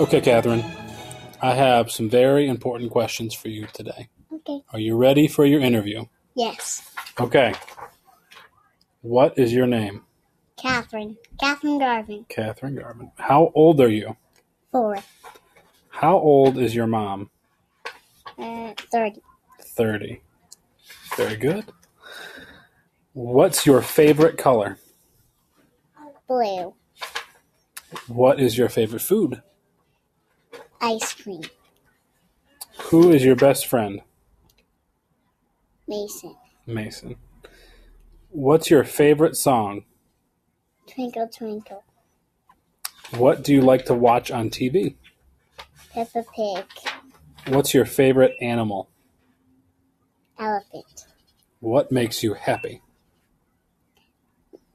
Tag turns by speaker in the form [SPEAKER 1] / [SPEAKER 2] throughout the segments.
[SPEAKER 1] Okay, Catherine, I have some very important questions for you today.
[SPEAKER 2] Okay.
[SPEAKER 1] Are you ready for your interview?
[SPEAKER 2] Yes.
[SPEAKER 1] Okay. What is your name?
[SPEAKER 2] Catherine. Catherine Garvin.
[SPEAKER 1] Catherine Garvin. How old are you?
[SPEAKER 2] Four.
[SPEAKER 1] How old is your mom?
[SPEAKER 2] Uh, 30.
[SPEAKER 1] 30. Very good. What's your favorite color?
[SPEAKER 2] Blue.
[SPEAKER 1] What is your favorite food?
[SPEAKER 2] Ice cream.
[SPEAKER 1] Who is your best friend?
[SPEAKER 2] Mason.
[SPEAKER 1] Mason. What's your favorite song?
[SPEAKER 2] Twinkle, twinkle.
[SPEAKER 1] What do you like to watch on TV?
[SPEAKER 2] Peppa Pig.
[SPEAKER 1] What's your favorite animal?
[SPEAKER 2] Elephant.
[SPEAKER 1] What makes you happy?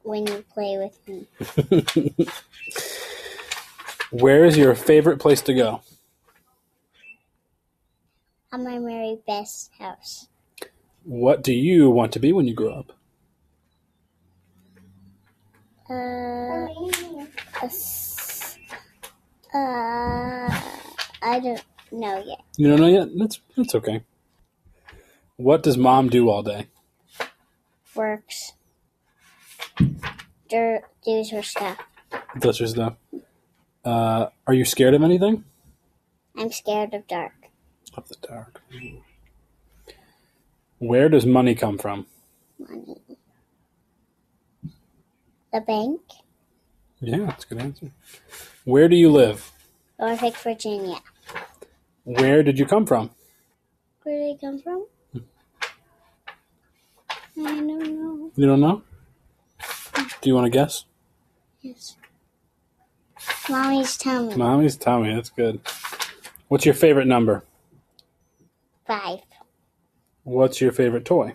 [SPEAKER 2] When you play with me.
[SPEAKER 1] Where is your favorite place to go?
[SPEAKER 2] On my Mary Beth's house.
[SPEAKER 1] What do you want to be when you grow up?
[SPEAKER 2] Uh, a s- uh, I don't know yet.
[SPEAKER 1] You don't know yet? That's, that's okay. What does mom do all day?
[SPEAKER 2] Works. Do, does her stuff.
[SPEAKER 1] Does her stuff. Uh, are you scared of anything?
[SPEAKER 2] I'm scared of dark.
[SPEAKER 1] Of the dark. Where does money come from?
[SPEAKER 2] Money. The bank.
[SPEAKER 1] Yeah, that's a good answer. Where do you live?
[SPEAKER 2] Norfolk, Virginia.
[SPEAKER 1] Where did you come from?
[SPEAKER 2] Where did it come from? I don't know.
[SPEAKER 1] You don't know? Do you want to guess?
[SPEAKER 2] Yes. Mommy's tummy.
[SPEAKER 1] Mommy's Tommy, that's good. What's your favorite number?
[SPEAKER 2] Five.
[SPEAKER 1] What's your favorite toy?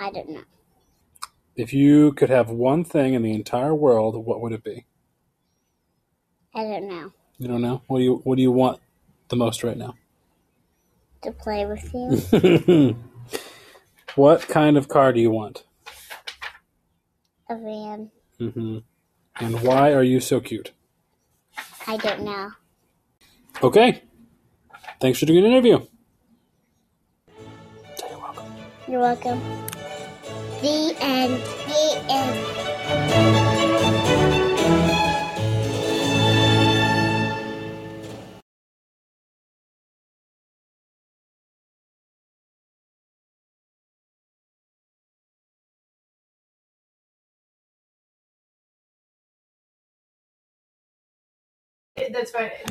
[SPEAKER 2] I don't know.
[SPEAKER 1] If you could have one thing in the entire world, what would it be?
[SPEAKER 2] I don't know.
[SPEAKER 1] You don't know? What do you what do you want the most right now?
[SPEAKER 2] To play with you?
[SPEAKER 1] What kind of car do you want?
[SPEAKER 2] A van.
[SPEAKER 1] hmm And why are you so cute?
[SPEAKER 2] I don't know.
[SPEAKER 1] Okay. Thanks for doing an interview.
[SPEAKER 2] You're welcome. The end. The end.
[SPEAKER 3] That's fine.